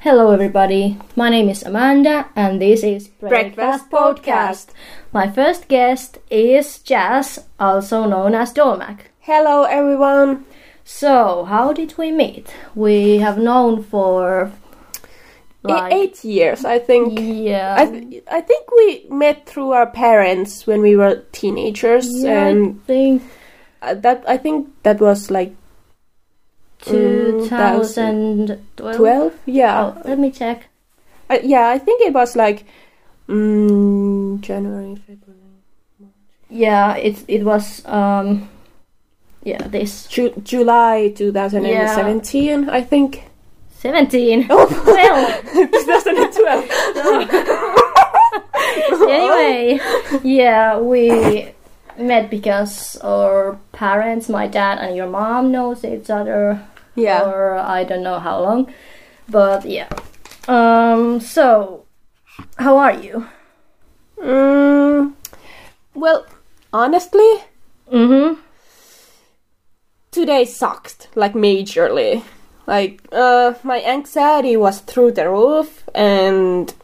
Hello, everybody. My name is Amanda, and this is Breakfast Podcast. My first guest is Jazz, also known as Dormac. Hello everyone. So, how did we meet? We have known for E- Eight years, I think. yeah, I, th- I think we met through our parents when we were teenagers, yeah, and I think uh, that I think that was like mm, 2012. twelve. Yeah, Oh, let me check. I, yeah. I think it was like mm, January, February, Yeah, it it was um, yeah, this Ju- July two thousand and seventeen. I think. 17. Oh, Well. two thousand and twelve. anyway, yeah, we met because our parents, my dad and your mom, knows each other Yeah. for I don't know how long, but yeah. Um. So, how are you? Mm, well, honestly, Mm-hmm. today sucked like majorly like uh my anxiety was through the roof and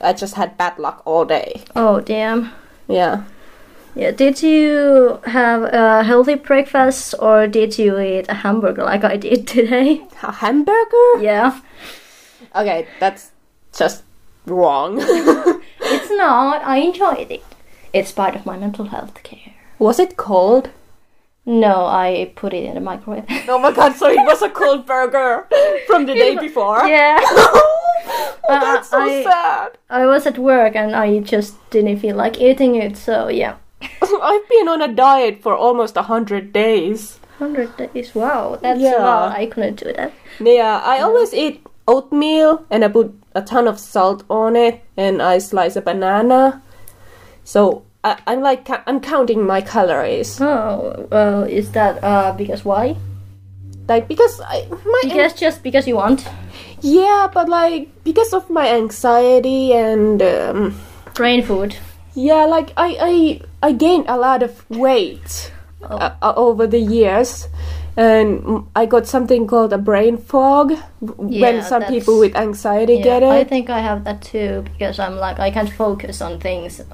i just had bad luck all day Oh damn. yeah Yeah. Did you have a healthy breakfast or did you eat a hamburger like I did today? a hamburger Yeah. okay that's just wrong It's not. I enjoyed it. It's part of my mental health care. was it cold No, I put it in the microwave. oh my god so it was a cold burger from the day before yeah. oh, that's so I- sad I was at work and I just didn't feel like eating it, so yeah. i've been on a diet for almost a hundred days 100 days, wow, that's Yeah. wow, I couldn't do that. Yeah, I always eat oatmeal and I put a ton of salt on it and I slice a banana. So I, I'm like ca- I'm counting my calories. Oh, well, is that uh, because why? Like because I my an- Because just because you want? yeah, but like because of my anxiety and um, Brain food. yeah, like I I I gained a lot of weight Oh. uh, uh, over the years. And mm, I got something called a brain fog w- Yeah, when some that's- people with anxiety get it. I think I have that too, because I'm like, I can't focus on things and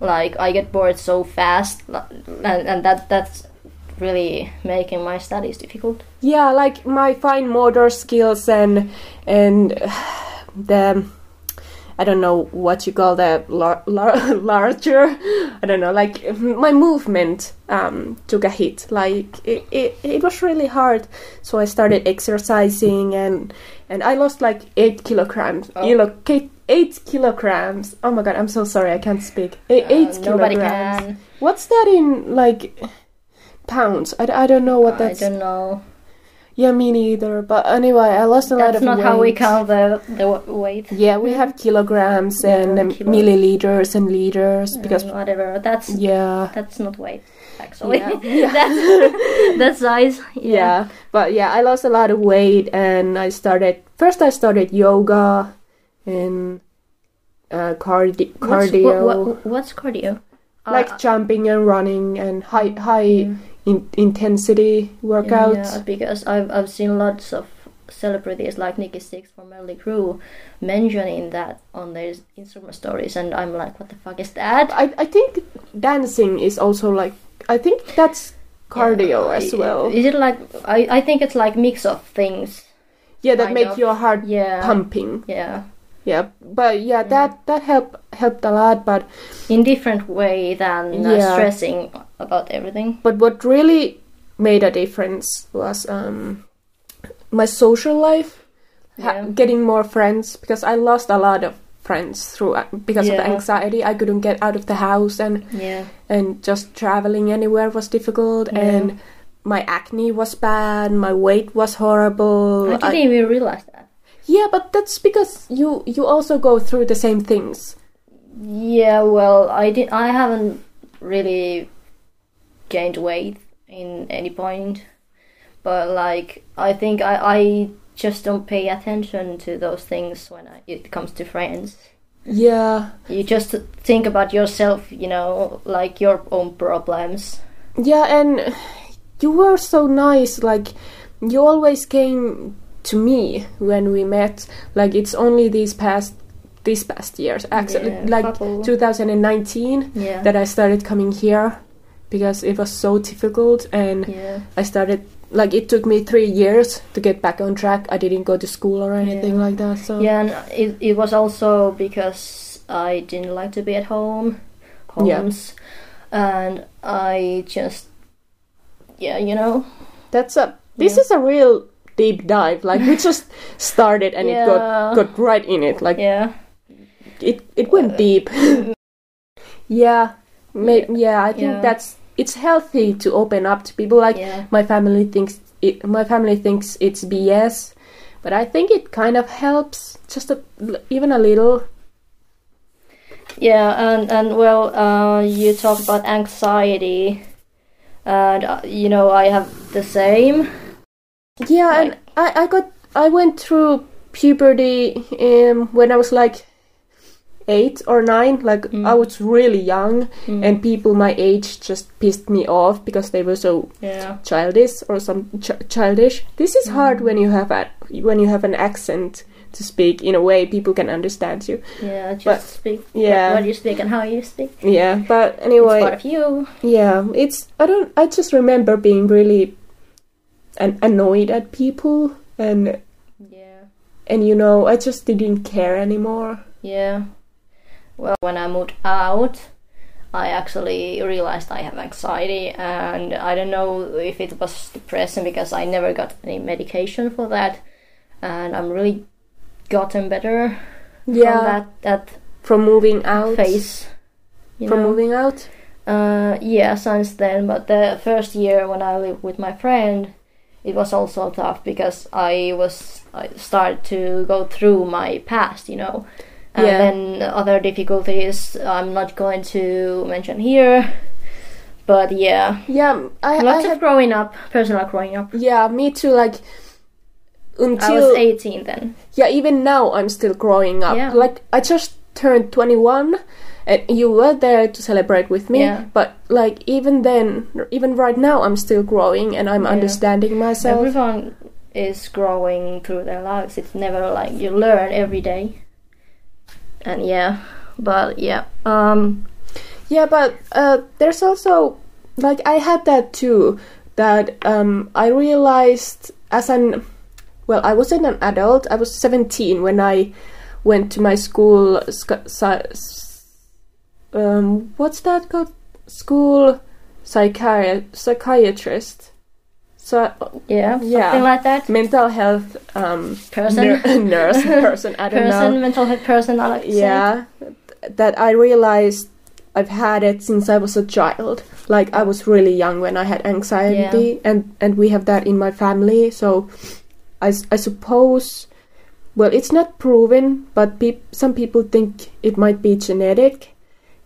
like I get bored so fast, li- and, and that that's really making my studies difficult. yeah like my fine motor skills and and the i don't know what you call the lar- lar- larger i don't know like my movement um took a hit like it, it, it was really hard so i started exercising and and i lost like eight kilograms Oh. Kilo- ki- eight kilograms oh my god i'm so sorry i can't speak Eight Uh, eight nobody kilograms can. what's that in like pounds i, I don't know what I that's don't know. yeah, me neither. But anyway, I lost a lot That's of not how we weight. count the, the wa- weight. Yeah, we have kilograms Yeah, and um, kilo. milliliters and liters because Mm, whatever that's yeah. that's not weight actually Yeah. Yeah. that's that's size yeah, yeah, but yeah, I lost a lot of weight and I started first. I started yoga and uh, cardi- What's- cardio, what, what, what's cardio like Uh, jumping and running and high high yeah. in- intensity workouts. yeah, because I've, I've seen lots of celebrities like Nikki Six from Melly Crew mentioning that on their Instagram stories and I'm like what the fuck is that I I think dancing is also like I think that's cardio as well. is it like I, I think it's like mix of things Yeah, that kind make of. your heart yeah pumping. yeah Yeah, but yeah, that that helped helped a lot. But in different way than uh, Yeah. stressing about everything but what really made a difference was um my social life, ha- Yeah. getting more friends because I lost a lot of friends through uh, because of the Yeah. anxiety. I couldn't get out of the house and yeah and just traveling anywhere was difficult Yeah. and. My acne was bad. My weight was horrible. I I- didn't even realize that. yeah, but that's because you you also go through the same things. Yeah, well, I did. I haven't really gained weight in any point, but like I think I I just don't pay attention to those things when I, it comes to friends. Yeah, You just think about yourself, you know, like your own problems. Yeah, and you were so nice. Like you always came to me when we met. Like it's only these past these past years actually Yeah, like couple. 2019 Yeah. that I started coming here because it was so difficult and yeah. I started like it took me 3 years to get back on track. I didn't go to school or anything Yeah. like that. So Yeah, and it, it was also because I didn't like to be at home, Yeah. homes, and I just, yeah, you know, that's a this Yeah. is a real deep dive. Like we just started and it Yeah. got got right in it. Like yeah, it it went deep. yeah, may, yeah. I think Yeah. that's it's healthy to open up to people. Like yeah, my family thinks it, my family thinks it's BS, but I think it kind of helps just a, even a little. yeah, and and well, uh, you talked about anxiety, and uh, you know, I have the same. Yeah, Like- and I, I got I went through puberty um, when I was like eight or nine. Like I Mm. was really young, and people my age just pissed me off because they were so Yeah, childish or some ch- childish. This is hard when you have a when you have an accent to speak in a way people can understand you. yeah, just But- speak what- yeah. what you speak and how you speak. Yeah, but It's part anyway, of you. yeah, it's I don't I just remember being really an- annoyed at people and Yeah. and you know I just didn't care anymore. Yeah. Well, when I moved out, I actually realized I have anxiety, and I don't know if it was depression because I never got any medication for that, and I'm really gotten better from Yeah, that that from moving out, phase. You from know? moving out. Uh, yeah, since then. But the first year when I lived with my friend, it was also tough because I was I started to go through my past, you know, and Yeah. then other difficulties I'm not going to mention here. But yeah, Yeah, I, I lots had, of growing up, personal growing up. yeah, me too. Like until I was 18 then. yeah even now i'm still growing up Yeah. like i just turned 21 and you were there to celebrate with me Yeah. but like even then even right now i'm still growing and i'm Yeah. understanding myself Everyone is growing through their lives. It's never like you learn every day. And yeah, but yeah, um, yeah but uh, there's also like i had that too that um, i realized as an well i wasn't an adult i was 17 when i went to my school sc- sci- s- um, what's that called school psychiatri- psychiatrist so Yeah, something Yeah. like that. mental health um, Person. nur- nurse person i don't person, know mental health person, I like to say. yeah th- that i realized i've had it since i was a child like i was really young when i had anxiety and and we have that in my family so i, s- I suppose well it's not proven but peop some people think it might be genetic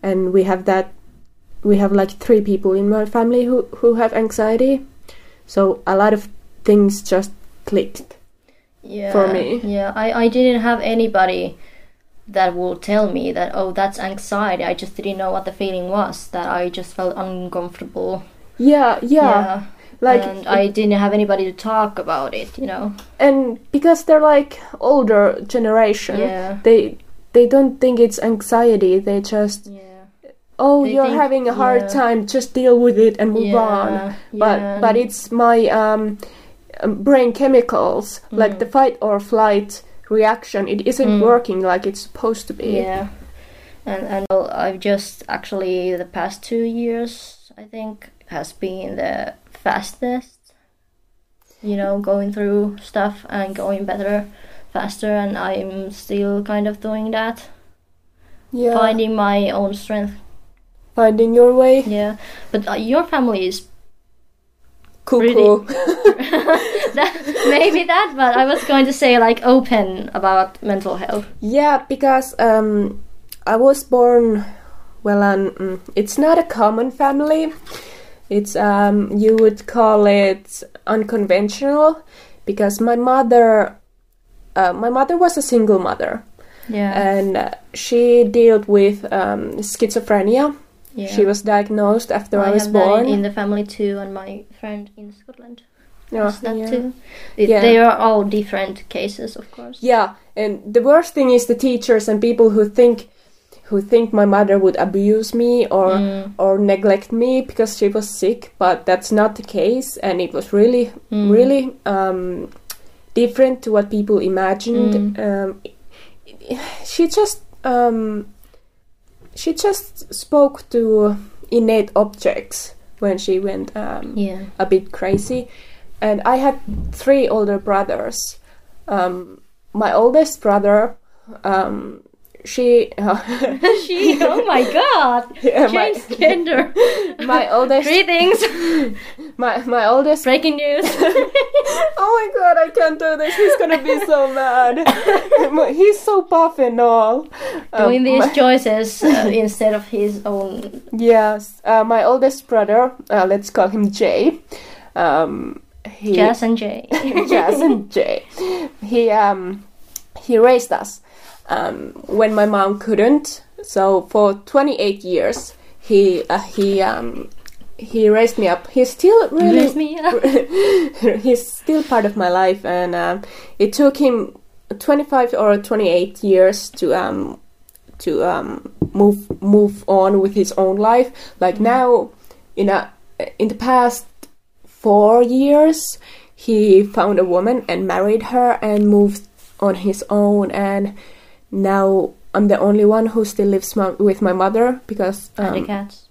and we have that we have like three people in my family who who have anxiety so a lot of things just clicked yeah. for me. Yeah, I, I didn't have anybody that would tell me that, oh, that's anxiety. I just didn't know what the feeling was, that I just felt uncomfortable. yeah yeah, like and I didn't have anybody to talk about it, you know? and because they're like older generation Yeah. they they don't think it's anxiety they just Yeah. oh They you're think- having a hard yeah. time just deal with it and move Yeah, on but yeah. but it's my um um, brain chemicals Mm. like the fight or flight reaction it isn't working like it's supposed to be Yeah, and and well, I've just actually the past two years I think has been the fastest. You know, going through stuff and going better, faster, and I'm still kind of doing that, Yeah, finding my own strength. finding your way Yeah, but uh, your family is cuckoo that, maybe that, but I was going to say like open about mental health. Yeah, because um, I was born. Well, um, mm, it's not a common family. It's um, you would call it unconventional, because my mother, uh, my mother was a single mother, Yeah, and uh, she dealt with um, schizophrenia. yeah. She was diagnosed after I, was have that in- born. in the family too, and my friend in Scotland. Yeah. Is that yeah. too? It- Yeah. They are all different cases, of course. Yeah, and the worst thing is the teachers and people who think who think my mother would abuse me or Mm. or neglect me because she was sick, but that's not the case and it was really Mm. really um different to what people Mm. imagined. Um she just um she just spoke to innate objects when she went um Yeah. a bit crazy. And I had three older brothers. Um, my oldest brother, um, she, she. Oh my God. Yeah, my- Change gender. my oldest, Three things. my my oldest. Breaking news. Oh my god, I can't do this. He's gonna be so mad. He's so buff and all. Um, Doing my- these choices uh, instead of his own. yes, uh, my oldest brother. Uh, let's call him Jay. Um, he, Jazz and Jay. Jazz and Jay. He um he raised us um, when my mom couldn't. So for 28 years he uh, he um he raised me up. He's still Raise really me up. he's still part of my life, and um, it took him 25 or 28 years to um to um move move on with his own life. Like now, in a in the past four years, he found a woman and married her and moved on his own. And now I'm the only one who still lives my, with my mother because And the um, cats.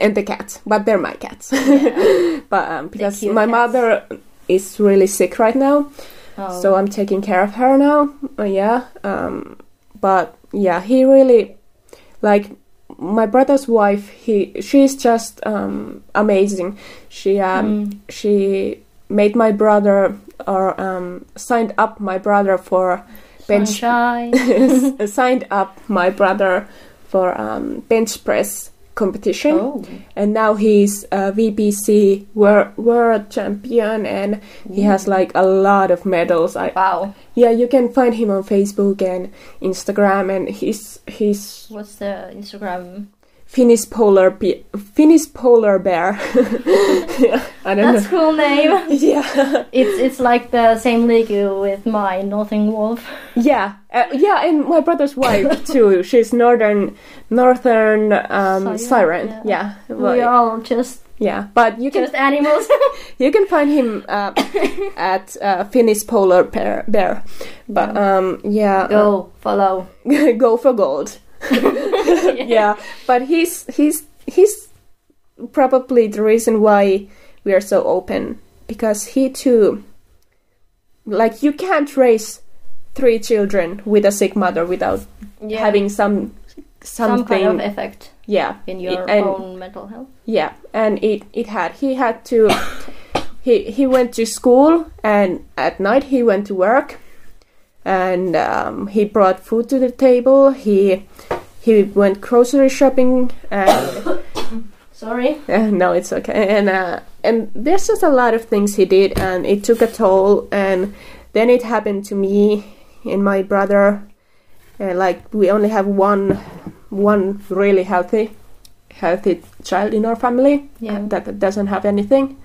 and the cats, but they're my cats. but um, because cute my cats. mother is really sick right now, Oh. so I'm taking care of her now. Uh, yeah, um, but yeah, he really like my brother's wife. He she's just um, amazing. She um, Mm. she made my brother or um, signed up my brother for bench Sunshine. signed up my brother for um, bench press competition oh. and now he's a VPC world, world champion and he has like a lot of medals. I Wow. yeah, you can find him on Facebook and Instagram and he's he's What's the Instagram? Finnish polar be- Finnish polar bear. Yeah, I don't That's know. cool name. Yeah, It's it's like the same league with my Northern Wolf. yeah, uh, yeah, and my brother's wife too. She's northern, northern Siren, um, siren. Yeah, yeah. We are all just yeah. But you can just animals. You can find him uh, at uh, Finnish Polar Bear, bear. but um, yeah, Go follow. uh, go for gold. yeah. but he's he's he's probably the reason why we are so open because he too, like you can't raise three children with a sick mother without Yeah. having some something. some kind of effect yeah, in your and- own mental health. Yeah, and it it had he had to he he went to school and at night he went to work and um, he brought food to the table. He he went grocery shopping and Sorry. uh, no, it's okay. And uh, and there's just a lot of things he did and it took a toll. And then it happened to me and my brother. And like we only have one one really healthy healthy child in our family Yeah. that doesn't have anything.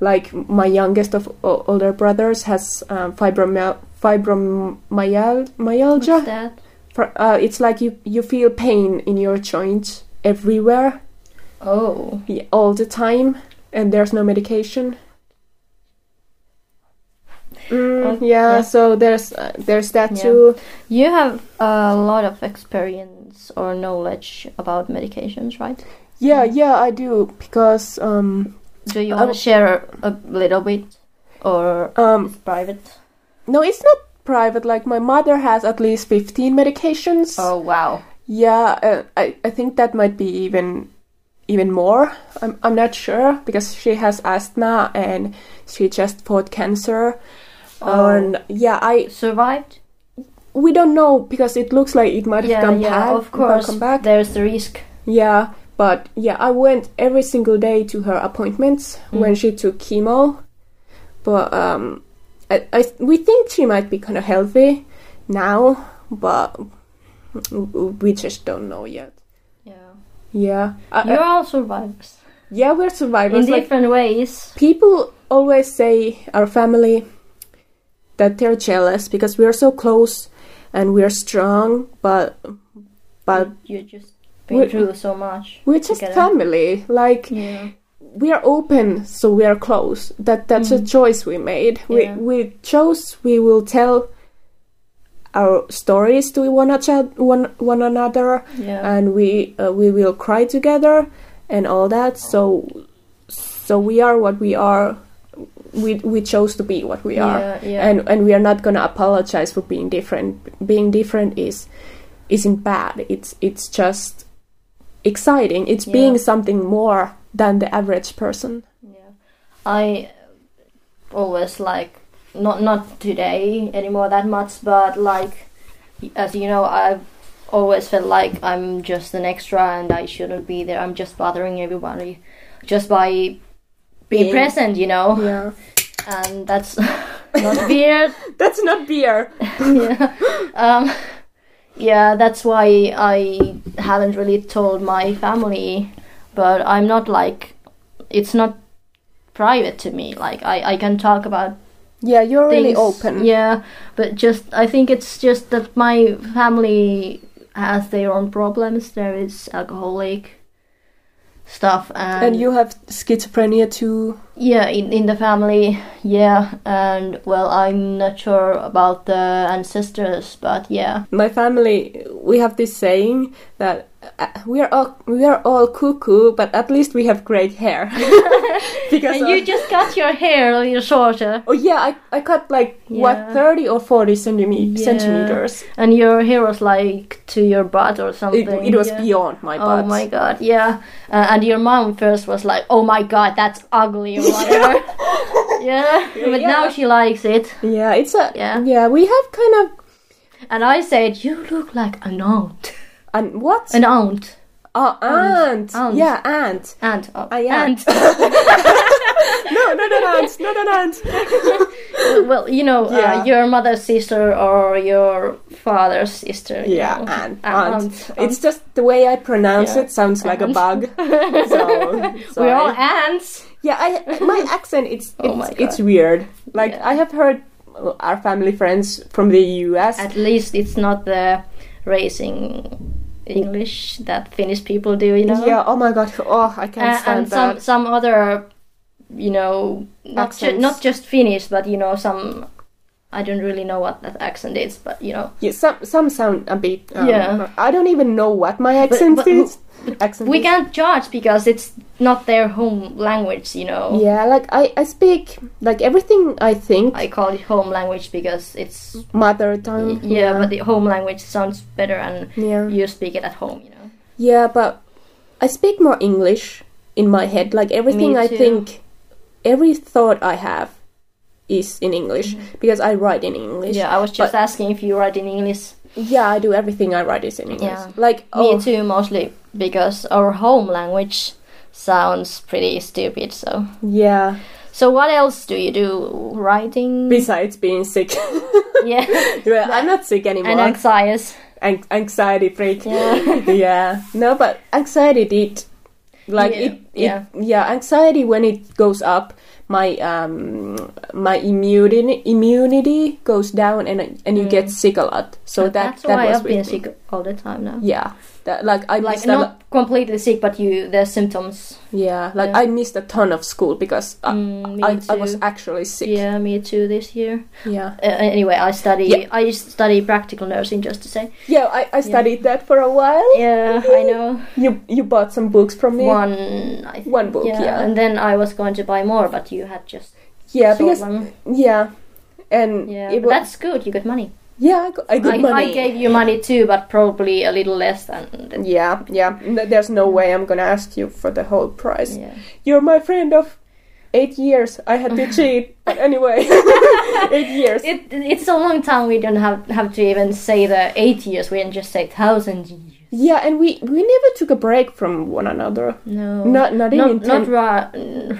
Like my youngest of o- older brothers has um, fibromyal- What's fibromyalgia. that? For, uh, it's like you, you feel pain in your joints everywhere Oh. y- all the time, and there's no medication. Mm, Oh, yeah, yeah. so there's uh, there's that Yeah. too. You have a lot of experience or knowledge about medications, right? Yeah, yeah, I do because um Do you I want w- to share a little bit or um it's private? no, it's not private. Like my mother has at least fifteen medications. Oh, wow. Yeah, uh, I I think that might be even even more. I'm I'm not sure because she has asthma and she just fought cancer. Oh. And yeah, I Survived? we don't know because it looks like it might have Yeah, come yeah, back. of course. Come back. There's the risk. Yeah, but yeah, I went every single day to her appointments Mm. when she took chemo. But um, I, I we think she might be kind of healthy now, but we just don't know yet. Yeah. Yeah, I- I- You're all survivors. yeah, we're In survivors. Like different ways. people always say our family that they're jealous because we are so close and we are strong, but but You're just been We're- through so much. we're just together. family. Like Yeah. we are open, so we are close. That that's a choice we made. Mm-hmm. Yeah. We we chose. We will tell our stories to one, ach- one, one another, Yeah. and we uh, we will cry together and all that. So so we are what we are. We we chose to be what we are Yeah, yeah. and and we are not gonna apologize for being different. Being different is isn't bad. It's it's just exciting. It's Yeah. being something more than the average person. Yeah, I always like not not today anymore that much, but like as you know, I've always felt like I'm just an extra and I shouldn't be there. I'm just bothering everybody just by being Being- present, you know, Yeah, and that's not weird. that's not beer. yeah. Um, yeah, that's why I haven't really told my family, but I'm not like, it's not private to me. Like, I, I can talk about Yeah, you're really things. open. Yeah, but just, I think it's just that my family has their own problems. There is alcoholic stuff and, And you have schizophrenia too. yeah, in, in the family, yeah, and well, I'm not sure about the ancestors, but yeah, My family, we have this saying that uh, we are all we are all cuckoo, but at least we have great hair. because And of- you just cut your hair a little shorter, oh yeah, I, I cut like what Yeah. thirty or forty centimet- Yeah. centimeters. and your hair was like to your butt or something. It, it was yeah. beyond my Oh butt. my god, yeah. Uh, and your mom first was like, "Oh my god, that's ugly" or whatever. yeah, but Yeah. now she likes it. Yeah, it's a yeah. Yeah. we have kind of And I said, "You look like an aunt, an what? an aunt, oh, aunt. aunt. Yeah, aunt. aunt, uh, I am. aunt." No, not an aunt. Not an aunt. well, you know, Yeah. uh, your mother's sister or your father's sister. you Yeah, know. aunt. Aunt. Aunt, It's just the way I pronounce Yeah, it sounds like a aunt. bug. So, so We're all I- aunts. yeah, I, my accent it's Oh my it's, God. it's weird. Like Yeah. I have heard uh, our family friends from the U.S. At least it's not the racing English that Finnish people do, you know. Yeah. Oh my god. Oh, I can't Uh, stand and that. some some other, you know, not ju- Accents. not just Finnish, but you know some. I don't really know what that accent is, but you know, Yeah, some some sound a bit. Um, Yeah. I don't even know what my accent but- is. Accent we is. can't judge because it's not their home language, you know. Yeah, like I, I speak like everything I think I call it home language because it's mother tongue. yeah, but the home language sounds better and yeah, you speak it at home, you know. yeah, but I speak more English in my head. Like everything Me I too. think, every thought I have is in English because I write in English. Mm-hmm. Yeah, I was just But- asking if you write in English. yeah, I do everything I write is in English. Yeah. Like oh, Me too, mostly because our home language sounds pretty stupid. So, yeah. so what else do you do? Writing, Besides being sick, yeah, well, I'm not sick anymore. and anxiety. An- anxiety freak. Yeah. yeah. No, but anxiety did like Yeah, it, it yeah. yeah. anxiety when it goes up my um my immunity immunity goes down and and you get sick a lot so Oh, that Mm. That's that why was I've been with me. sick all the time now. yeah that, like i Like missed a lo- not completely sick, but you the symptoms. yeah like Yeah. i missed a ton of school because I, Mm, me I, I was too. actually sick Yeah, me too this year. yeah Uh, anyway, I study. Yeah. I study practical nursing, just to say. yeah i, I studied that for a while Yeah, I know. you you bought some books from me one I think, One book, yeah. and then I was going to buy more, but you had just sold yeah because one. yeah and yeah, it but was that's good. You got money. yeah i got, I got I, money I gave you money too, but probably a little less than. The, Yeah, yeah. N- There's no way I'm gonna ask you for the whole price. yeah. You're my friend of eight years. I had to cheat, but anyway, eight years. It it's a long time. We don't have have to even say the eight years. We can just say thousand years. yeah, and we we never took a break from one another. No, Not Mm. not not even not inten- ra-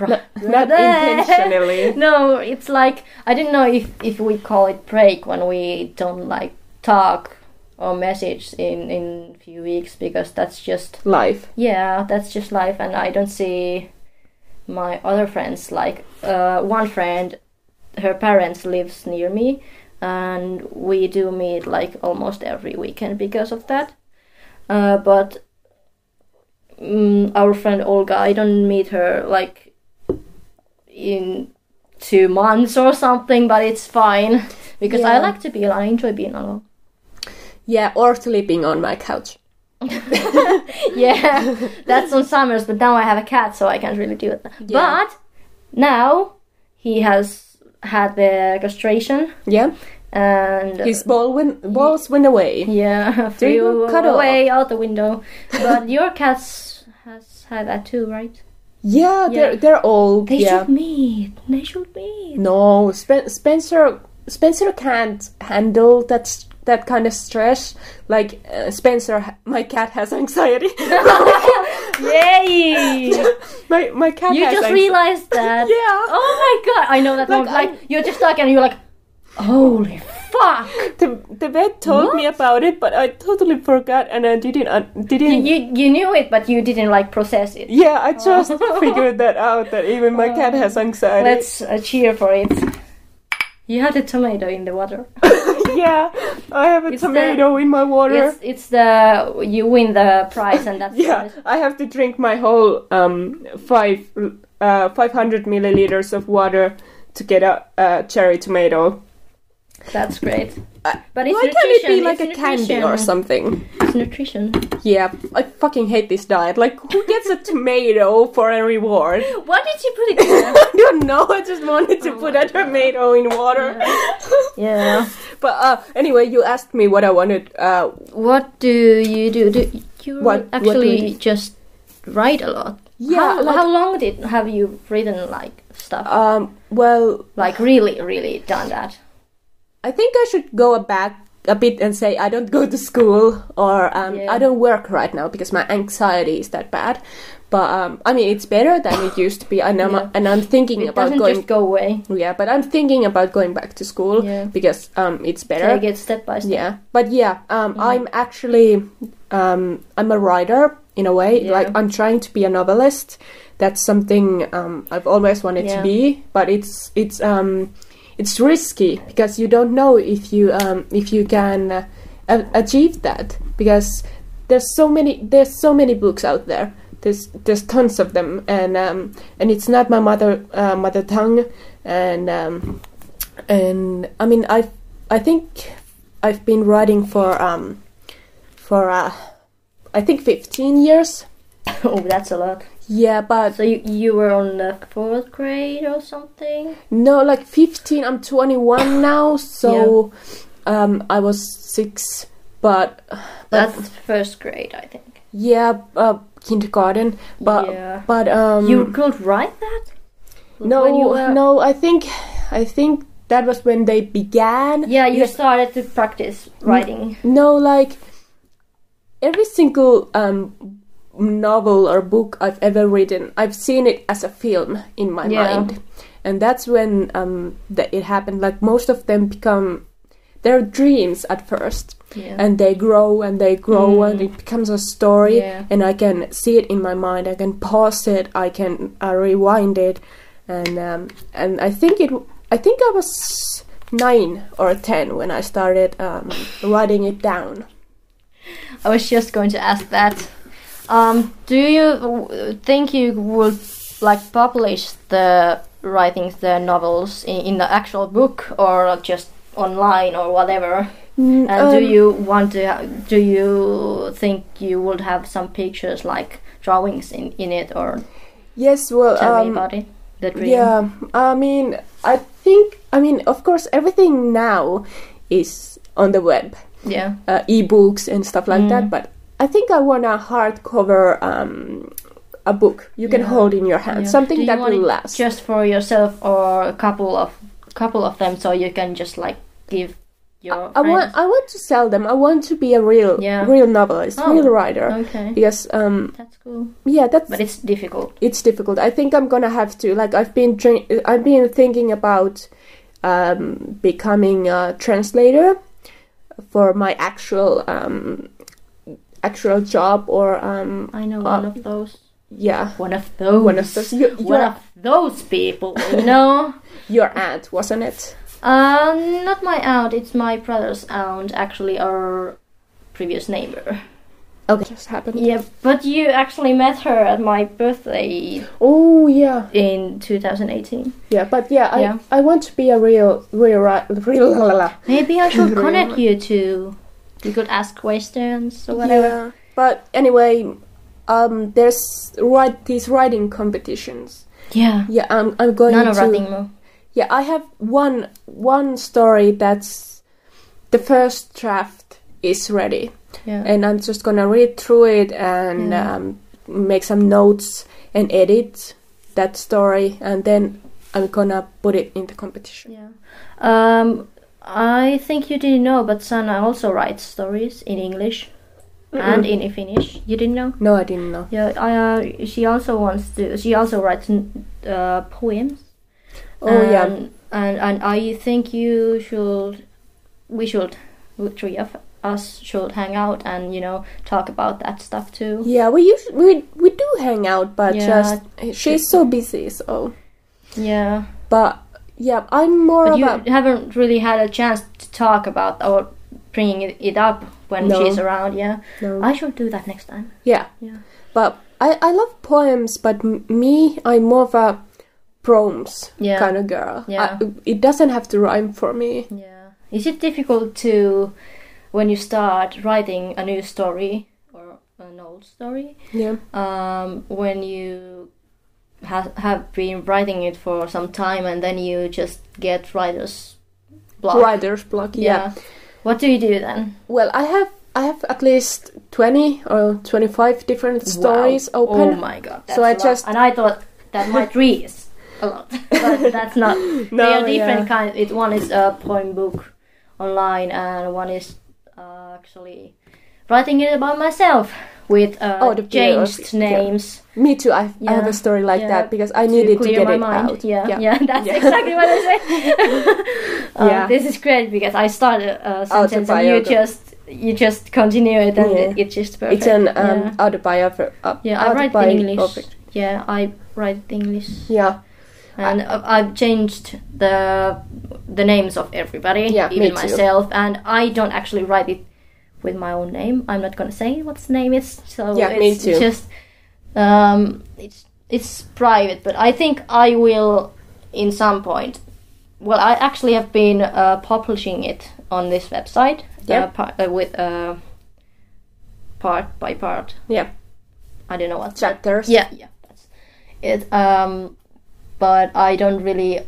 ra- not intentionally. No, it's like I don't know if if we call it break when we don't like talk or message in in few weeks because that's just Life. yeah, that's just life, and I don't see my other friends. Like uh, one friend, her parents lives near me, and we do meet like almost every weekend because of that. Uh, but mm, our friend Olga, I don't meet her like in two months or something, but it's fine because I Yeah. like to be. alone. I enjoy being alone. Yeah, or sleeping on my couch. yeah, that's on summers, but now I have a cat, so I can't really do it. Yeah. But now he has had the castration, Yeah, and his ball went, balls went away. yeah, you flew cut off? away out the window. But your cats has had that too, right? Yeah, they're they're old. They yeah, should meet. They should meet. no, Spen- Spencer Spencer can't handle that s- that kind of stress. Like uh, Spencer, ha- my cat has anxiety. Yay! my my cat you has just anxiety. realized that. Yeah. Oh my god! I know that Like, one. Like I'm- you're just talking, and you're like, holy fuck! The, the vet told me about it, but I totally forgot and I didn't. I didn't. You you knew it, but you didn't like process it. yeah, I just figured that out. That even my cat has anxiety. Let's uh, cheer for it. You had a tomato in the water. yeah, I have a It's the- tomato in my water. It's, it's the you win the prize and that's yeah, it. I have to drink my whole um five uh five hundred milliliters of water to get a, a cherry tomato. That's great. Uh, But it's Why can't it be nutrition, like a it's candy or nutrition. something? It's nutrition. Yeah, I fucking hate this diet. Like, who gets a tomato for a reward? Why did you put it? There? I don't know. I just wanted to put a tomato in water. Oh yeah. But uh, anyway, you asked me what I wanted. Uh, What do you do? Do you What- what do actually we do? just write a lot? Yeah, How, like- how long did have you written like stuff? um, well, like really, really done that? I think I should go back a bit and say I don't go to school or um, Yeah. I don't work right now because my anxiety is that bad. But um, I mean, it's better than it used to be. And I'm, Yeah. and I'm thinking It about doesn't going. just go away. Yeah, but I'm thinking about going back to school Yeah. because um, it's better. Take it step by step. Yeah, but yeah, Mm-hmm. um, I'm actually um, I'm a writer in a way. Yeah. Like I'm trying to be a novelist. That's something um, I've always wanted to Yeah. be, but it's it's um, it's risky because you don't know if you um, if you can uh, a- achieve that because there's so many there's so many books out there. There's there's tons of them, and um, and it's not my mother uh, mother tongue, and um, and I mean I I think I've been writing for um for uh I think 15 years. oh, that's a lot. Yeah, but So you, you were on the fourth grade or something? no, like 15. I'm 21 now, so um I was 6, but but That's first grade, I think. yeah, uh, kindergarten, but Yeah. but um you could write that? no when you were- no, I think I think that was when they began. Yeah, you Because started to practice writing. No, like every single um, novel or book I've ever written, I've seen it as a film in my Yeah. mind, and that's when um, that it happened. Like most of them become their dreams at first, Yeah. and they grow and they grow, Mm. and it becomes a story. Yeah. And I can see it in my mind. I can pause it. I can uh, rewind it, and um, and I think it. I think I was nine or ten when I started um, writing it down. I was just going to ask that. Um, do you w- think you would like publish the writings, the novels in, in the actual book or just online or whatever? Mm, And um, do you want to? ha- Do you think you would have some pictures, like drawings, in, in it, or Yes, well, tell um, me about it? The dream. yeah. I mean, I think. I mean, of course, everything now is on the web, Yeah. uh, ebooks and stuff like Mm. that. But I think I want a hardcover. Um, a book you can Yeah. hold in your hand, Yeah. something Do you that want will it last. Just for yourself or a couple of couple of them, so you can just like give your. I want friends. I want to sell them. I want to be a real Yeah. real novelist, Oh, real writer. Okay. Because um That's cool, yeah, that's but it's difficult. it's difficult. I think I'm gonna have to like I've been tra- I've been thinking about um, becoming a translator for my actual um, actual job or um, I know Uh, one of those. yeah, One of those. One of those- you- one you're- of those people. You know. your aunt, wasn't it? uh, not my aunt. It's my brother's aunt. Actually, our previous neighbor. Okay, just happened. Yeah, but you actually met her at my birthday Oh yeah, in 2018. yeah, but yeah, I Yeah. I want to be a real real ri- real la, la, la. Maybe I should connect you to. You could ask questions or whatever. Yeah. But anyway, um, there's write these writing competitions. Yeah. Yeah, I'm I'm going None of to. Ratingo. Yeah, I have one one story that's the first draft is ready, Yeah. and I'm just gonna read through it and Yeah. um, make some notes and edit that story, and then I'm gonna put it in the competition. Yeah. Um, I think you didn't know, but Sana also writes stories in English and in Finnish. You didn't know? No, I didn't know. Yeah. I, uh, she also wants to. She also writes n- uh, poems. Oh yeah, And, and and I think you should, we should, the three of us should hang out and you know talk about that stuff too. yeah. We usually, we we do hang out, but Yeah. just she's so busy, so. Yeah. But yeah, I'm more But you about haven't really had a chance to talk about or bringing it- it up when No. she's around. Yeah. no. I should do that next time. yeah. Yeah. But I, I love poems, but m- me, I'm more of a proms Yeah. kind of girl. Yeah. I, it doesn't have to rhyme for me. Yeah. Is it difficult to, when you start writing a new story or an old story, Yeah. um, when you ha- have been writing it for some time and then you just get writer's block? Writer's block. Yeah. What do you do then? Well, I have I have at least twenty or twenty five different stories Wow. Oh open. my god. That's So I a lot. just- and I thought that might read a lot, but that's not. they are different kind. It one is a poem book online, and one is uh, actually writing it about myself with uh, Oh, the changed biography, yeah. names Me too. I, I have Yeah. a story like Yeah. that because I to needed to, clear get my it mind. out. Yeah, yeah, Yeah. that's Yeah. exactly what I said. uh, Yeah. Oh, This is great because I started a sentence and you Autobiography. just you just continue it, and Yeah. it, it's just perfect. It's an um, uh, yeah. autobiography. yeah, I write in English. Yeah, I write in English, Yeah. and I, I've changed the the names of everybody, Yeah, me even too. myself. And I don't actually write it with my own name. I'm not gonna say what the name is. So Yeah, it's me too. just um, it's it's private. But I think I will in some point. Well, I actually have been uh, publishing it on this website. Yeah. Uh, par- uh, with uh, part by part. Yeah. I don't know what Chapters. yeah, yeah. That's it. Um, but I don't really.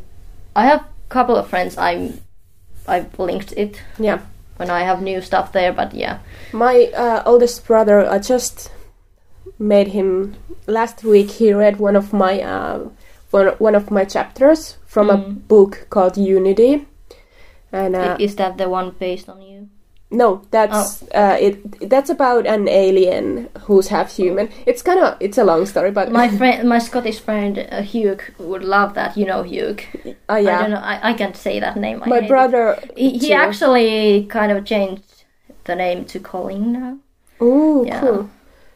I have a couple of friends. I'm. I've linked it Yeah. when I have new stuff there. But yeah, My uh, oldest brother, I just made him last week. He read one of my uh, one, one of my chapters from a Mm. book called Unity, and I- uh, is that the one based on you? no, that's Oh. uh, it. That's about an alien who's half human. It's kind of it's a long story, but My friend, my Scottish friend uh, Hugh would love that. You know Hugh. uh, I don't yeah, know. I, I can't say that name. I my hate it. brother. He, he too. actually kind of changed the name to Colin now. Ooh, Yeah. cool.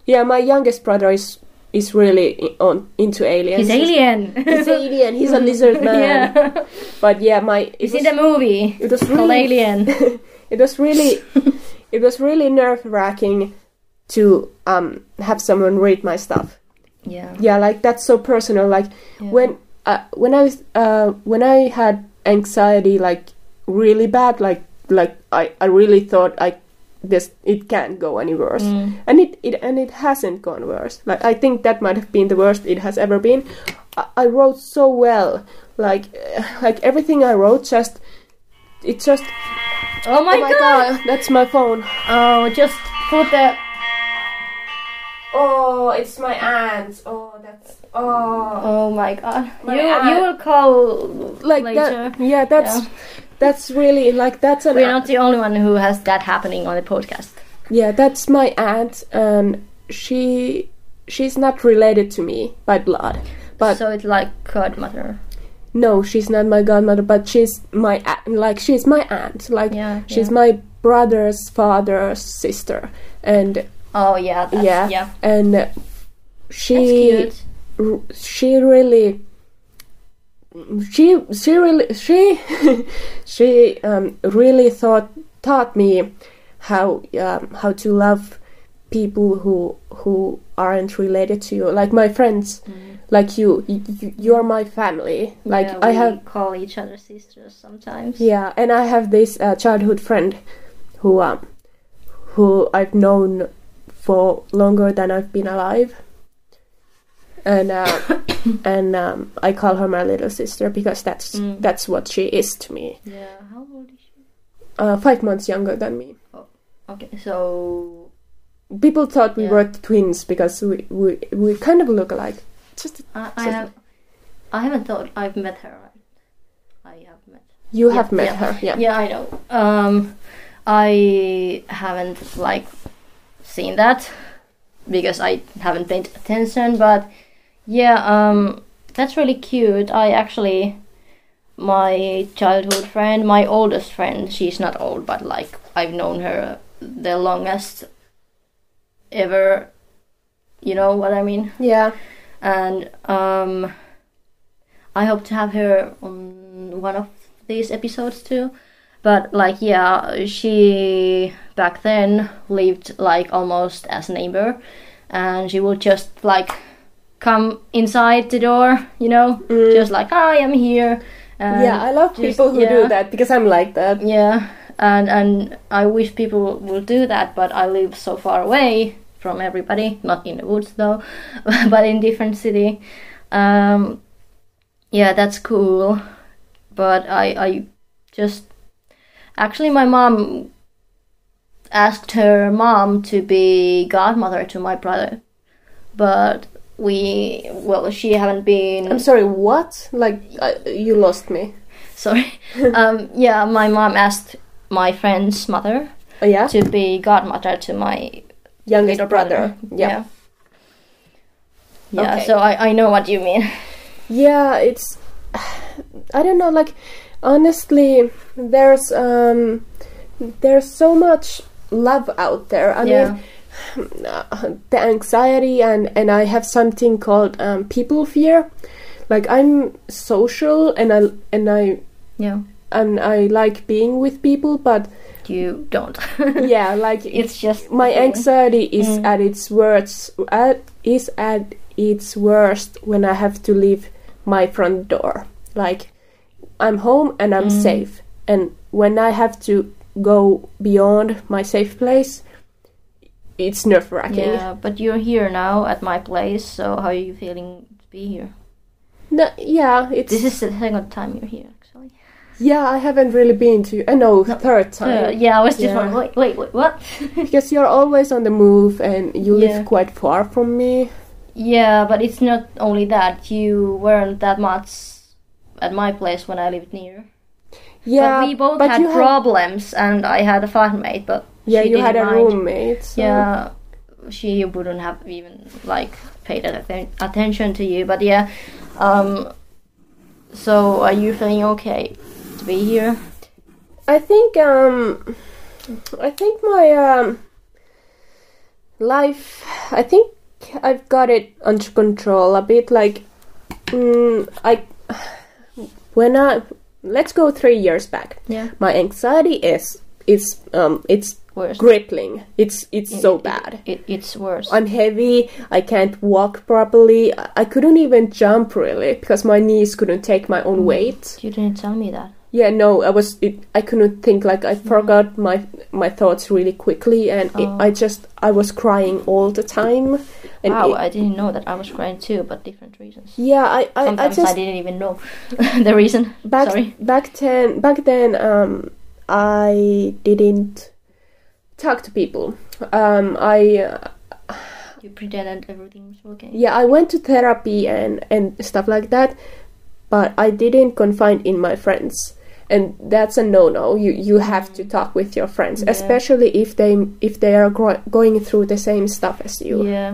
Yeah, my youngest brother is is really i- on into aliens. He's alien. He's alien. He's a lizard man. yeah, But yeah, my it he's was- in the movie. it was Called really Alien. it was really it was really nerve wracking to um have someone read my stuff. Yeah. Yeah, like that's so personal. Like yeah. when uh, when I was uh when I had anxiety like really bad, like like I I really thought I this it can't go any worse. Mm. And it, it and it hasn't gone worse. Like I think that might have been the worst it has ever been. I, I wrote so well, like like everything I wrote just it just Oh my, oh my god. god that's my phone. Oh, just put the. Oh, it's my aunt. Oh, that's oh. Oh my god. My you eye. you will call Like later. that. Yeah, that's Yeah. that's really like that's an We're not the only one who has that happening on the podcast. yeah that's my aunt and she she's not related to me by blood, but so it's like godmother. no, she's not my godmother, but she's my a- like she's my aunt. Like Yeah, she's yeah. my brother's father's sister, and Oh yeah. That's, yeah, yeah. and That's she cute. r- she really she she really she she um, really thought taught me how um, how to love people who who aren't related to you like my friends like you, you you're my family like Mm. Yeah, i we have call each other sisters sometimes. yeah and i have this uh, childhood friend who um who i've known for longer than i've been alive and uh, and um, i call her my little sister because that's Mm. that's what she is to me Yeah. How old is she? uh, five months younger than me Okay, so people thought we Yeah. were twins because we, we we kind of look alike just I, I So- have, I haven't thought I've met her. I have met. you Yeah, have met yeah. her yeah Yeah, I know. Um, I haven't like seen that because I haven't paid attention. But yeah, um, that's really cute. I actually, my childhood friend, my oldest friend. She's not old, but like I've known her the longest ever. You know what I mean? yeah and um, I hope to have her on one of these episodes too. But like, yeah, she back then lived like almost as neighbor, and she would just like come inside the door, you know, Mm. just like I am here. And yeah i love just- people who yeah. do that because i'm like that Yeah, and and I wish people will do that, but I live so far away from everybody. Not in the woods though, but in different city. Um, yeah, that's cool. But I I just actually my mom asked her mom to be godmother to my brother, but we well she haven't been i'm sorry what like uh, you lost me sorry um yeah my mom asked my friend's mother Oh, yeah to be godmother to my youngest little brother. Yeah. Yeah, Yeah, Okay. so I, I know what you mean. Yeah, it's I don't know like honestly there's um there's so much love out there. I yeah. mean uh, the anxiety and and I have something called um people fear. Like I'm social and I and I yeah. and I like being with people, but You don't. yeah, like it's just my the feeling. anxiety is Mm. at its worst at, is at its worst when i have to leave my front door like i'm home and i'm Mm. safe and when i have to go beyond my safe place it's nerve-wracking Yeah, but you're here now at my place, so how are you feeling to be here? No- yeah it's This is the second time you're here, actually. yeah i haven't really been to i know third time Uh, yeah, I was just Yeah. wondering, wait, wait, wait, what? because you're always on the move and you Yeah. live quite far from me yeah, but it's not only that. You weren't that much at my place when I lived near. yeah but we both but had you had- problems, and I had a flatmate, but yeah she you didn't had a mind. roommate so- Yeah, Oh. she wouldn't have even like paid atten- attention to you. But yeah, um, so are you feeling okay to be here? I think um I think my um life I think I've got it under control a bit like mm, I when I let's go 3 years back Yeah, my anxiety is it's um it's worse. crippling it's it's so bad It, it's worse. I'm heavy I can't walk properly I I couldn't even jump really because my knees couldn't take my own weight you didn't tell me that. yeah no i was it, i couldn't think like i forgot my my thoughts really quickly and Mm-hmm. Oh. it, i just i was crying all the time and wow, it- I didn't know that. I was crying too, but different reasons. yeah i i, I Sometimes I, just didn't even know the reason. back Sorry. back then back then um i didn't talk to people um i uh, You pretended everything was okay. yeah i went to therapy and and stuff like that but i didn't confide in my friends and that's a no-no you you have to talk with your friends Yeah. especially if they if they are gro- going through the same stuff as you Yeah.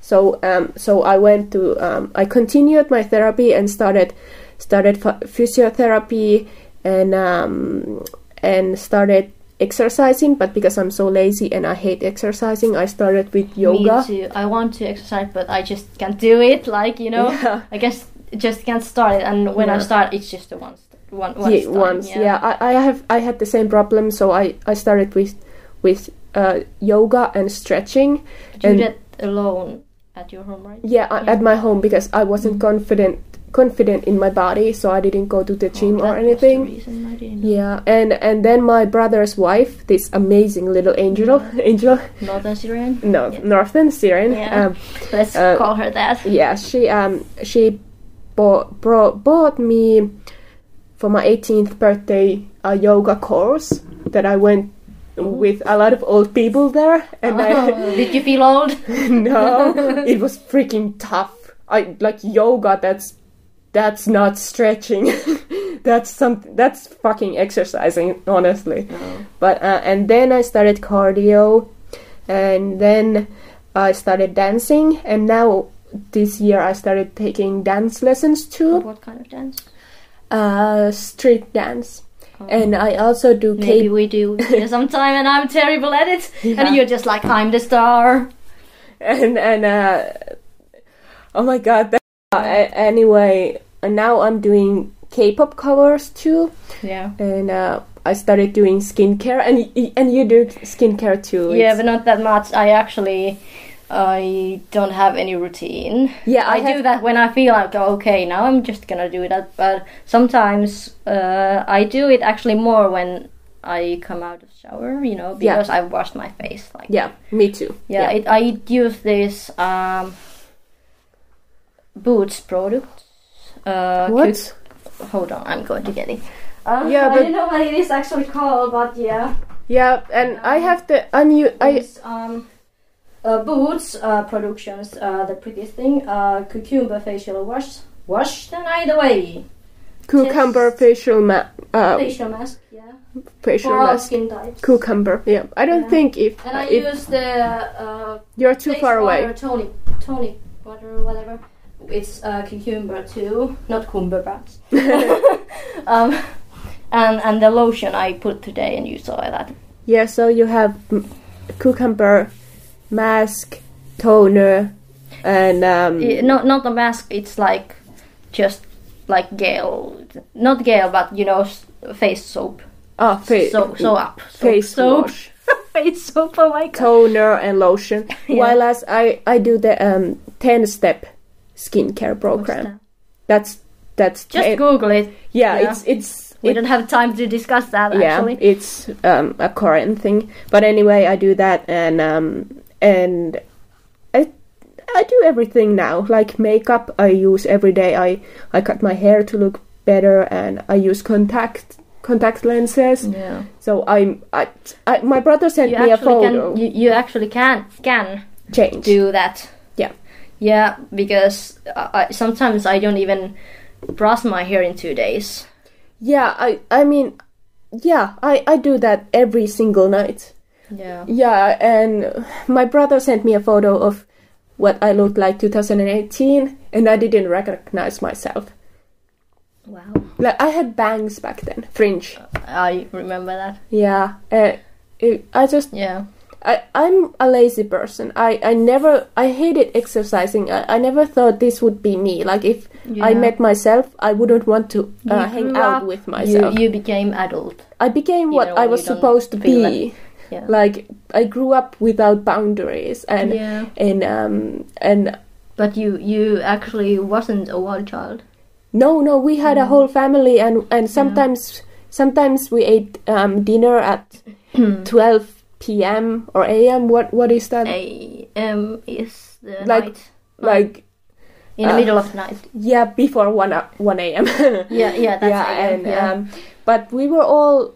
so um so i went to um i continued my therapy and started started ph- physiotherapy and um and started exercising, but because I'm so lazy and I hate exercising, I started with Me yoga. too. I want to exercise, but I just can't do it. Like you know, Yeah. I guess just can't start it. And when I Yeah. start, it's just a one, st- one, one Yeah, start, once, yeah. I, I have I had the same problem, so I I started with with uh, yoga and stretching. Do and- that alone at your home, right? Yeah, I, at my home because I Mm. wasn't confident confident in my body, so I didn't go to the gym Oh, or that was the anything. reason I didn't. Yeah, and and then my brother's wife, this amazing little angel, angel, Northern Syrian. no, Mm. Yeah. northern Syrian. Yeah. Um, Let's Mm. Uh, call her that. yeah, she um she bought bro- bought me for my 18th birthday a yoga course that I went with a lot of old people there, and I, Did you feel old? no, it was freaking tough. I like yoga. That's that's not stretching. that's something. That's fucking exercising, honestly. But uh, and then I started cardio, and then I started dancing, and now this year I started taking dance lessons too, What kind of dance? uh, street dance, Oh. and I also do Maybe K. we do here sometime, and I'm terrible at it. Yeah. And you're just like, I'm the star. and and uh, oh my god. That, uh, a- anyway, and now I'm doing K-pop covers too, Yeah. and uh, I started doing skincare, and y- y- and you do skincare too. Yeah, It's- but not that much. I actually, I don't have any routine. yeah, I, I, have, do that when I feel like okay, now I'm just gonna do that. But sometimes uh, I do it actually more when I come out of shower, you know, Yeah. because I've washed my face. Like Yeah, me too. yeah, It, I use this um, Boots product. Uh, What? cook- hold on, I'm going to get it. Um, Yeah, I but- don't know what it is actually called, but yeah, Yeah, and I have the I'm u- I it's um, uh, Boots uh, Productions, uh, the prettiest thing, uh, cucumber facial wash, wash and either way, cucumber Just- facial ma- uh, facial mask, yeah, facial for all mask. skin types. Cucumber. Yeah, I don't Yeah. think if, and I if use the uh, you're too face far water, away. Tonic, tonic water, or whatever. It's uh, cucumber too, not cumberbatch. um, and and the lotion I put today, and you saw that. Yeah, so you have m- cucumber mask, toner, and um, Yeah, not not the mask. It's like just like gel, not gel, but you know, s- face soap. oh, fa- so so up. Soap, face soap. wash, face soap. Oh my god. toner, and lotion. Yeah. While as I I do the um ten step skincare program. That's that's Just ten- Google it. yeah, yeah. It's it's We it- don't have time to discuss that actually. Yeah, it's um, a current thing. But anyway, I do that and um, and I I do everything now. Like makeup, I use every day. I I cut my hair to look better, and I use contact contact lenses. yeah. So I'm I, I my brother sent you me a actually photo can you, you actually can can change. do that Yeah. yeah because uh, I, I, sometimes i don't even brush my hair in two days yeah, I I mean, yeah, I I do that every single night. yeah Yeah, and my brother sent me a photo of what I looked like 2018, and I didn't recognize myself. wow Like I had bangs back then, fringe. i remember that Yeah, uh, it, I just yeah I I'm a lazy person. I I never I hated exercising. I, I never thought this would be me. Like if I Yeah. met myself, I wouldn't want to uh, You hang grew up, out with you, myself. you became adult I became You what know, I you was don't supposed to feel be. yeah Like I grew up without boundaries and yeah and um and but you you actually wasn't a wild child No, no, we Mm. had a whole family, and and sometimes sometimes we ate um, dinner at twelve p.m. or a.m. What what is that? Mm. a m is the Like- night Like in the uh, middle of night yeah, before one a- one a.m. yeah yeah Mm. that's yeah, AM, and yeah. Um, but we were all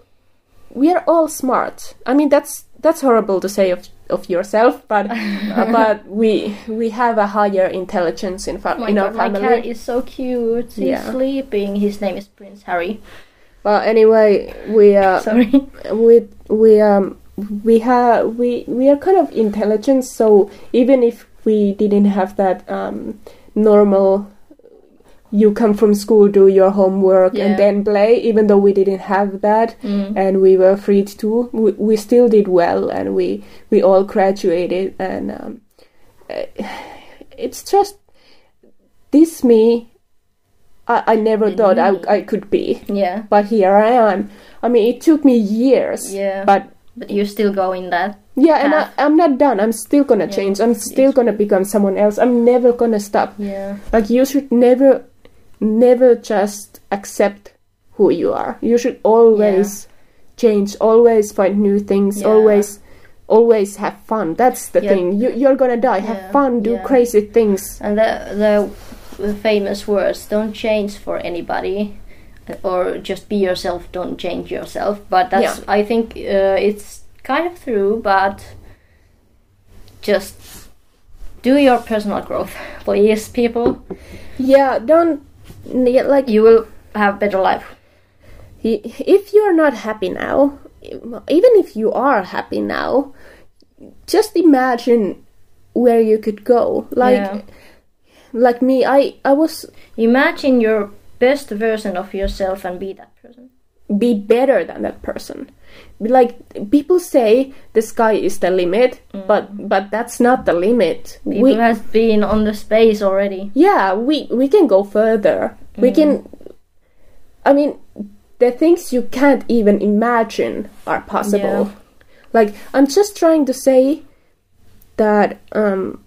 we are all smart. I mean, that's that's horrible to say of of yourself, but um, uh, but we we have a higher intelligence in, fa- Oh my in god, our my family. cat is so cute. He's Yeah. sleeping. His name is Prince Harry. Well, anyway, we uh, Sorry. we we um we have we we are kind of intelligent so even if we didn't have that um normal you come from school, do your homework, Yeah. and then play. Even though we didn't have that, Mm. and we were freed to, we, we still did well, and we we all graduated. And um, eh, it's just this me. I, I never thought I I could be, Yeah. but here I am. I mean, it took me years, Yeah. but But you're still going that. yeah, and I, path. I'm not done. I'm still gonna Yeah, change. I'm still gonna become someone else. I'm never gonna stop. Yeah. Like you should never, never just accept who you are. You should always change. Always find new things. Yeah. Always, always have fun. That's the Yeah. thing. You you're gonna die. Have Yeah, fun. Do yeah. crazy things. And the the famous words don't change for anybody, or just be yourself. Don't change yourself. But that's I think uh, it's kind of true. But just do your personal growth, please, people. Yeah. Don't yeah, like You will have better life. Y- if you're not happy now even if you are happy now just imagine where you could go like Yeah. like me i i was Imagine your best version of yourself and be that person. be better than that person like people say the sky is the limit but but that's not the limit Mm. People have been on the space already. yeah we we can go further we can i mean the things you can't even imagine are possible like i'm just trying to say that um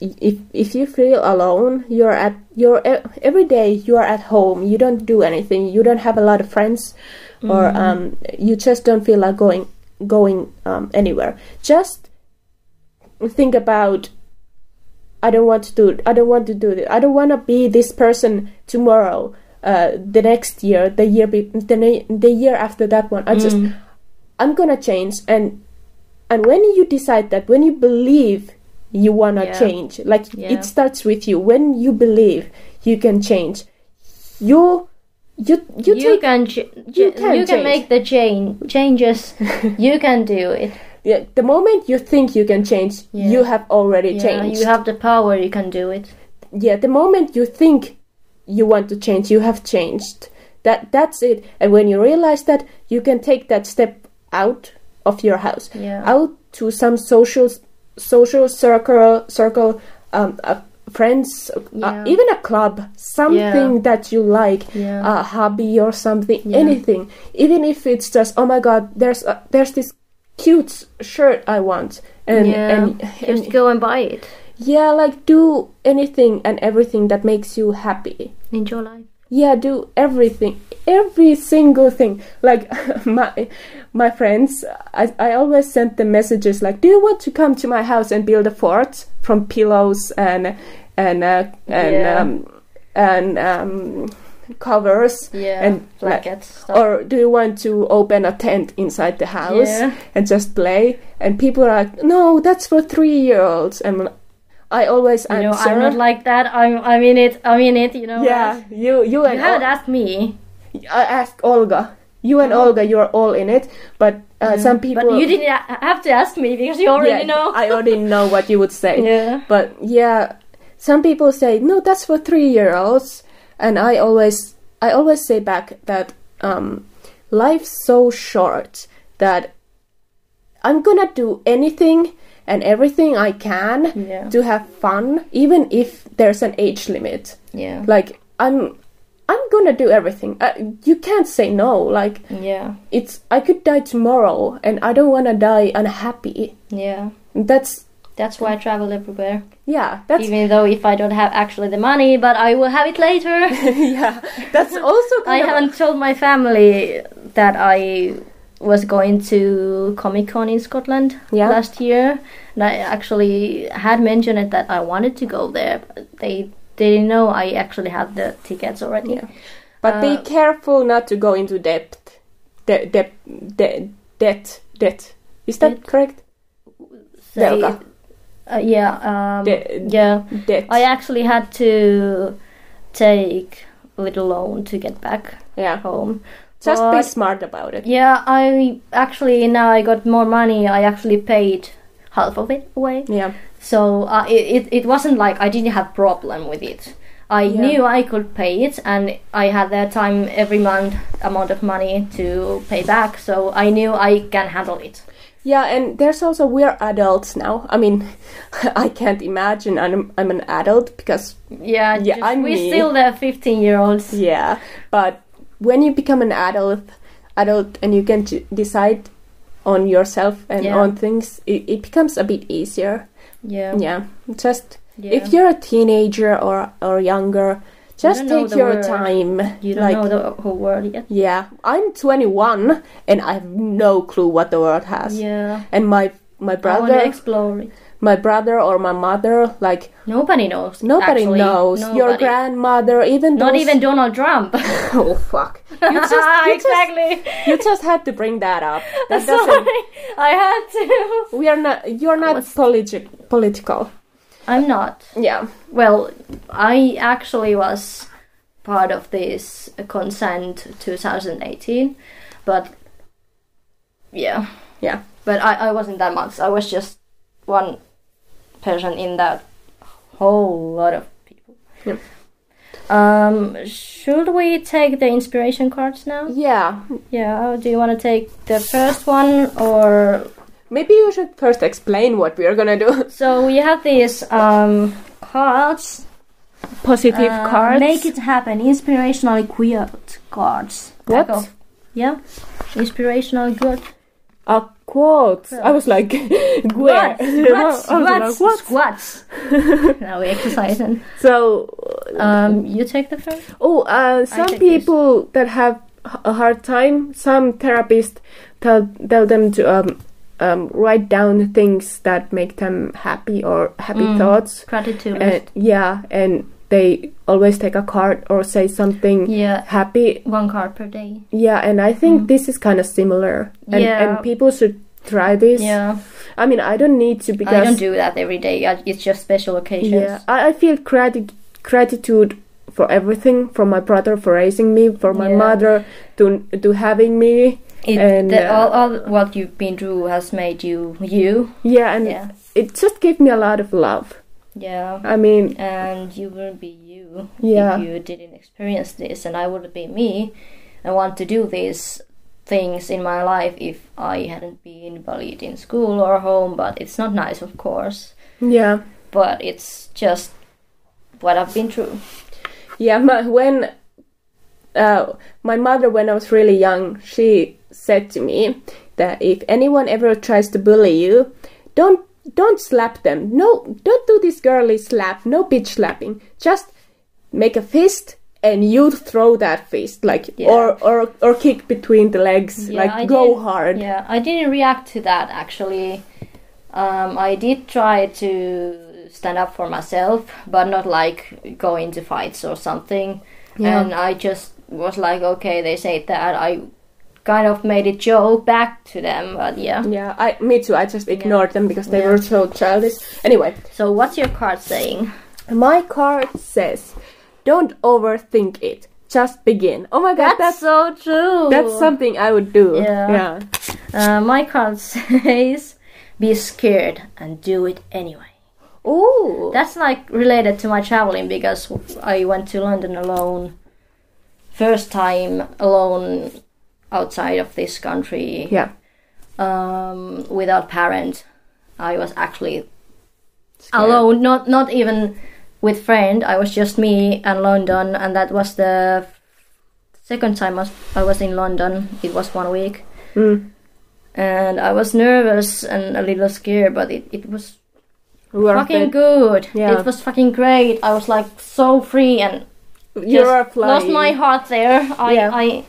i- if if you feel alone you're at you're e- every day you are at home you don't do anything you don't have a lot of friends or um you just don't feel like going going um anywhere just think about I don't want to do. I don't want to do this. I don't want to be this person tomorrow, uh, the next year, the year, be- the, ne- the year after that one. I just, Mm. I'm gonna change. And and when you decide that, when you believe you wanna Yeah. change, like Yeah. it starts with you. When you believe you can change, you, you, you, You, take. can ch- you you can can you change. can make the change changes. you can do it. Yeah, the moment you think you can change, Yeah. you have already Yeah, changed. you have the power. You can do it. yeah the moment you think you want to change you have changed that that's it and when you realize that you can take that step out of your house Yeah. out to some social social circle circle um uh, friends uh, Yeah. even a club something Yeah. that you like Yeah. a hobby or something anything even if it's just oh my god there's a, there's this cute shirt i want and yeah. and, and Just go and buy it. yeah, like do anything and everything that makes you happy. Enjoy life. Yeah, do everything, every single thing. Like my my friends, I, I always send them messages like, "Do you want to come to my house and build a fort from pillows and and uh, and Yeah. um, and um, covers Yeah. and like, blankets. stuff. or do you want to open a tent inside the house Yeah. and just play? And people are like, no, that's for three year olds. And I always you answer, know, I'm not like that. I'm I'm in it. I'm in it. You know. yeah, you you You and haven't Ol- asked me, I ask Olga, you and Olga, you're all in it. But uh, some people, Oh. but you didn't a- have to ask me because you already yeah, know. I already know what you would say. yeah. But yeah, some people say no, that's for three-year-olds, and I always I always say back that um, life's so short that I'm gonna do anything and everything I can Yeah. to have fun, even if there's an age limit. Yeah. Like I'm. I'm gonna do everything. I, you can't say no. Like Yeah. it's, I could die tomorrow, and I don't wanna die unhappy. Yeah. That's That's why I travel everywhere. yeah. That's Even though if I don't have actually the money, but I will have it later. yeah, that's also I kind of, haven't told my family that I was going to Comic Con in Scotland Yeah. last year, and I actually had mentioned it that I wanted to go there. But they they didn't know I actually had the tickets already. Yeah. But be uh, careful not to go into debt. De- de- de- debt. Debt. Is that Debt? correct? So, Delta. uh, yeah, um, The- yeah. Debt. I actually had to take a little loan to get back yeah. home. Just be But- smart about it. Yeah, I actually now I got more money. I actually paid half of it away. Yeah. So uh, it, it it wasn't like I didn't have problem with it. I Yeah. knew I could pay it, and I had that time every month amount of money to pay back, so I knew I can handle it. Yeah, and there's also we're adults now. I mean, I can't imagine I'm I'm an adult because Yeah, Yeah, just- I we're mean- still the fifteen-year-olds. yeah, but when you become an adult, adult and you can j- decide on yourself and Yeah. on things, it, it becomes a bit easier. Yeah, Yeah, just yeah. if you're a teenager or or younger, just don't know take the your word. time. you don't know the whole world yet. yeah, I'm 21 and I have no clue what the world has. Yeah, And my my I want to brother, explore it. my brother or my mother, like Nobody knows. Nobody actually. knows. Your Nobody. grandmother, even Not those- even Donald Trump. oh fuck! You just, you, exactly. just, you just had to bring that up. That doesn't. Sorry, I had to. We are not. You're not What's- politi- political. I'm not. Yeah. Well, I actually was part of this consent 2018, but yeah, Yeah. but I, I wasn't that much. I was just one person in that whole lot of people. Yep. Um, should we take the inspiration cards now? Yeah. Yeah. Do you want to take the first one or Maybe you should first explain what we are gonna do. So we have these um, cards. Positive uh, Make it happen. Inspirational quote cards. What? Pack of- yeah. Inspirational quote. A quote. Uh, I was like, where? Squats. I was Squats. like, what? Squats. squats. now we exercise and So um, you take the first. Oh, uh, some take this. people that have h- a hard time, some therapists tell tell them to um, um, write down things that make them happy or happy Mm. thoughts. Gratitude. list. And yeah, and they always take a card or say something yeah. happy. One card per day. Yeah, and I think Mm. this is kind of similar. And, Yeah. and people should try this. Yeah. I mean, I don't need to because I don't do that every day. I, it's just special occasions. yeah, I, I feel grati- gratitude for everything, from my brother for raising me, for my Yeah. mother to to having me. It, And, the, uh, all, all what you've been through has made you you. Yeah, and Yeah. it just gave me a lot of love. Yeah. I mean, and you wouldn't be you Yeah. if you didn't experience this and i wouldn't be me and want to do these things in my life if i hadn't been bullied in school or home but it's not nice of course yeah, but it's just what i've been through yeah. My, when uh, my mother, when I was really young, she said to me that if anyone ever tries to bully you, don't don't slap them. No, don't do this girly slap. No bitch slapping. Just make a fist and you throw that fist like Yeah. or, or or kick between the legs Yeah, like I go did- hard yeah i didn't react to that actually um, i did try to stand up for myself but not like go into fights or something Yeah. and i just was like okay they say that i kind of made a joke back to them but yeah Yeah, I me too. I just ignored them because they Yeah. were so childish. Anyway, so what's your card saying my card says, "Don't overthink it. Just begin." Oh my god, that's so true that's, something I would do. Yeah. yeah. uh, my card says be scared and do it anyway Ooh. That's like related to my traveling because I went to London alone, first time alone outside of this country, yeah. um, without parents. I was actually Scared. alone, not not even with friend. I was just me and London, and that was the second time I was, I was in London. It was one week, Mm. and I was nervous and a little scared, but it, it was Worth fucking it. good. Yeah. It was fucking great. I was like so free and You just are flying. lost my heart there. I, Yeah. I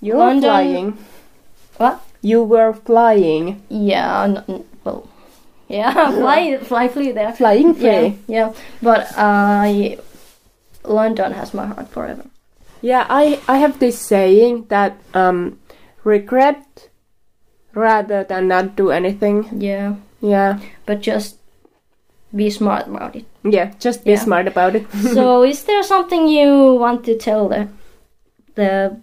You were London- flying. what? You were flying. Yeah, n- n- well, yeah, fly, fly, flew there. Flying free. Yeah, yeah, but I, London has my heart forever. Yeah, I, I have this saying that um, regret rather than not do anything. Yeah, Yeah. but just be smart about it. Yeah, just be Yeah. smart about it. so, is there something you want to tell the, the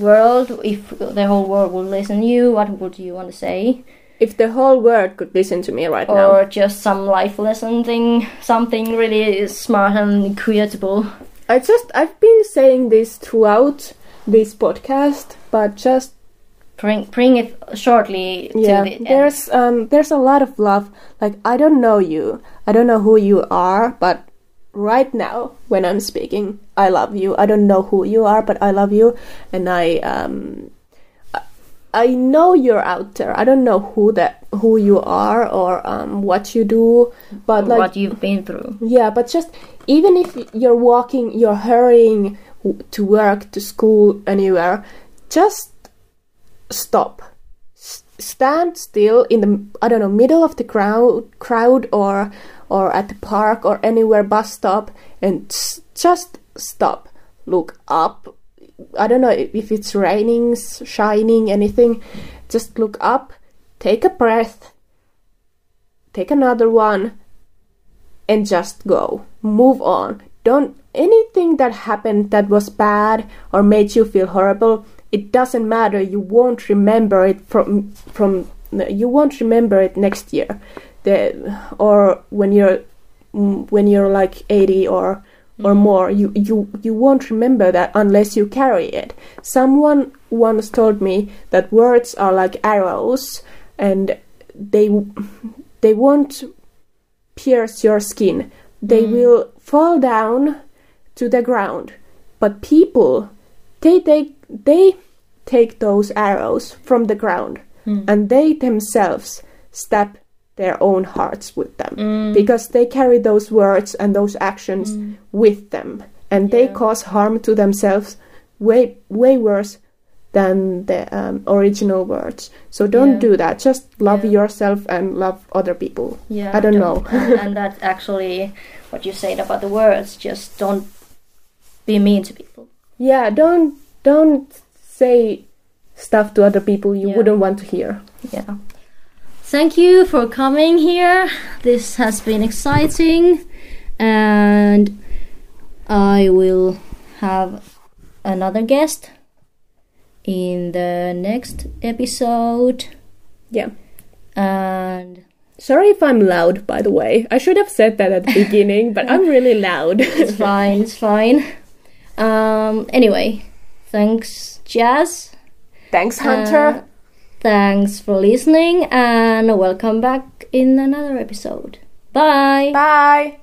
world? If the whole world would listen to you, what would you want to say? If the whole world could listen to me right now, or just some life lesson thing, something really smart and creatable. I just I've been saying this throughout this podcast, but just Bring bring it shortly to yeah, the end. there's um there's a lot of love. Like I don't know you, I don't know who you are, but right now when I'm speaking, I love you. I don't know who you are, but I love you, and I um I- I know you're out there. I don't know who that who you are or um what you do, but like what you've been through. yeah, but just even if you're walking, you're hurrying w- to work, to school, anywhere, just stop. S- stand still in the I don't know middle of the crowd, crowd or or at the park or anywhere bus stop, and s- just stop. Look up. I don't know i- if it's raining, s- shining, anything. Just look up, take a breath, take another one, and just go. Move on. Don't anything that happened that was bad or made you feel horrible, it doesn't matter. You won't remember it from from you won't remember it next year. The or when you're mm, when you're like 80 or or more you, you you won't remember that unless you carry it someone once told me that words are like arrows and they they won't pierce your skin. They Mm. will fall down to the ground. But people, they take they take those arrows from the ground, Mm. and they themselves stab their own hearts with them Mm. because they carry those words and those actions with them, and they cause harm to themselves way way worse than the um, original words. So don't Yeah. do that. Just love Yeah. yourself and love other people. Yeah, I don't know. and, and that's actually what you said about the words. Just don't be mean to people. Yeah, don't don't say stuff to other people you Yeah. wouldn't want to hear. Yeah. Thank you for coming here. This has been exciting, and I will have another guest in the next episode. Yeah. And Sorry if I'm loud, by the way. I should have said that at the beginning, but I'm really loud. it's fine, it's fine. Um, anyway, thanks, Jazz. Thanks, Hunter. Uh, thanks for listening, and welcome back in another episode. Bye. Bye.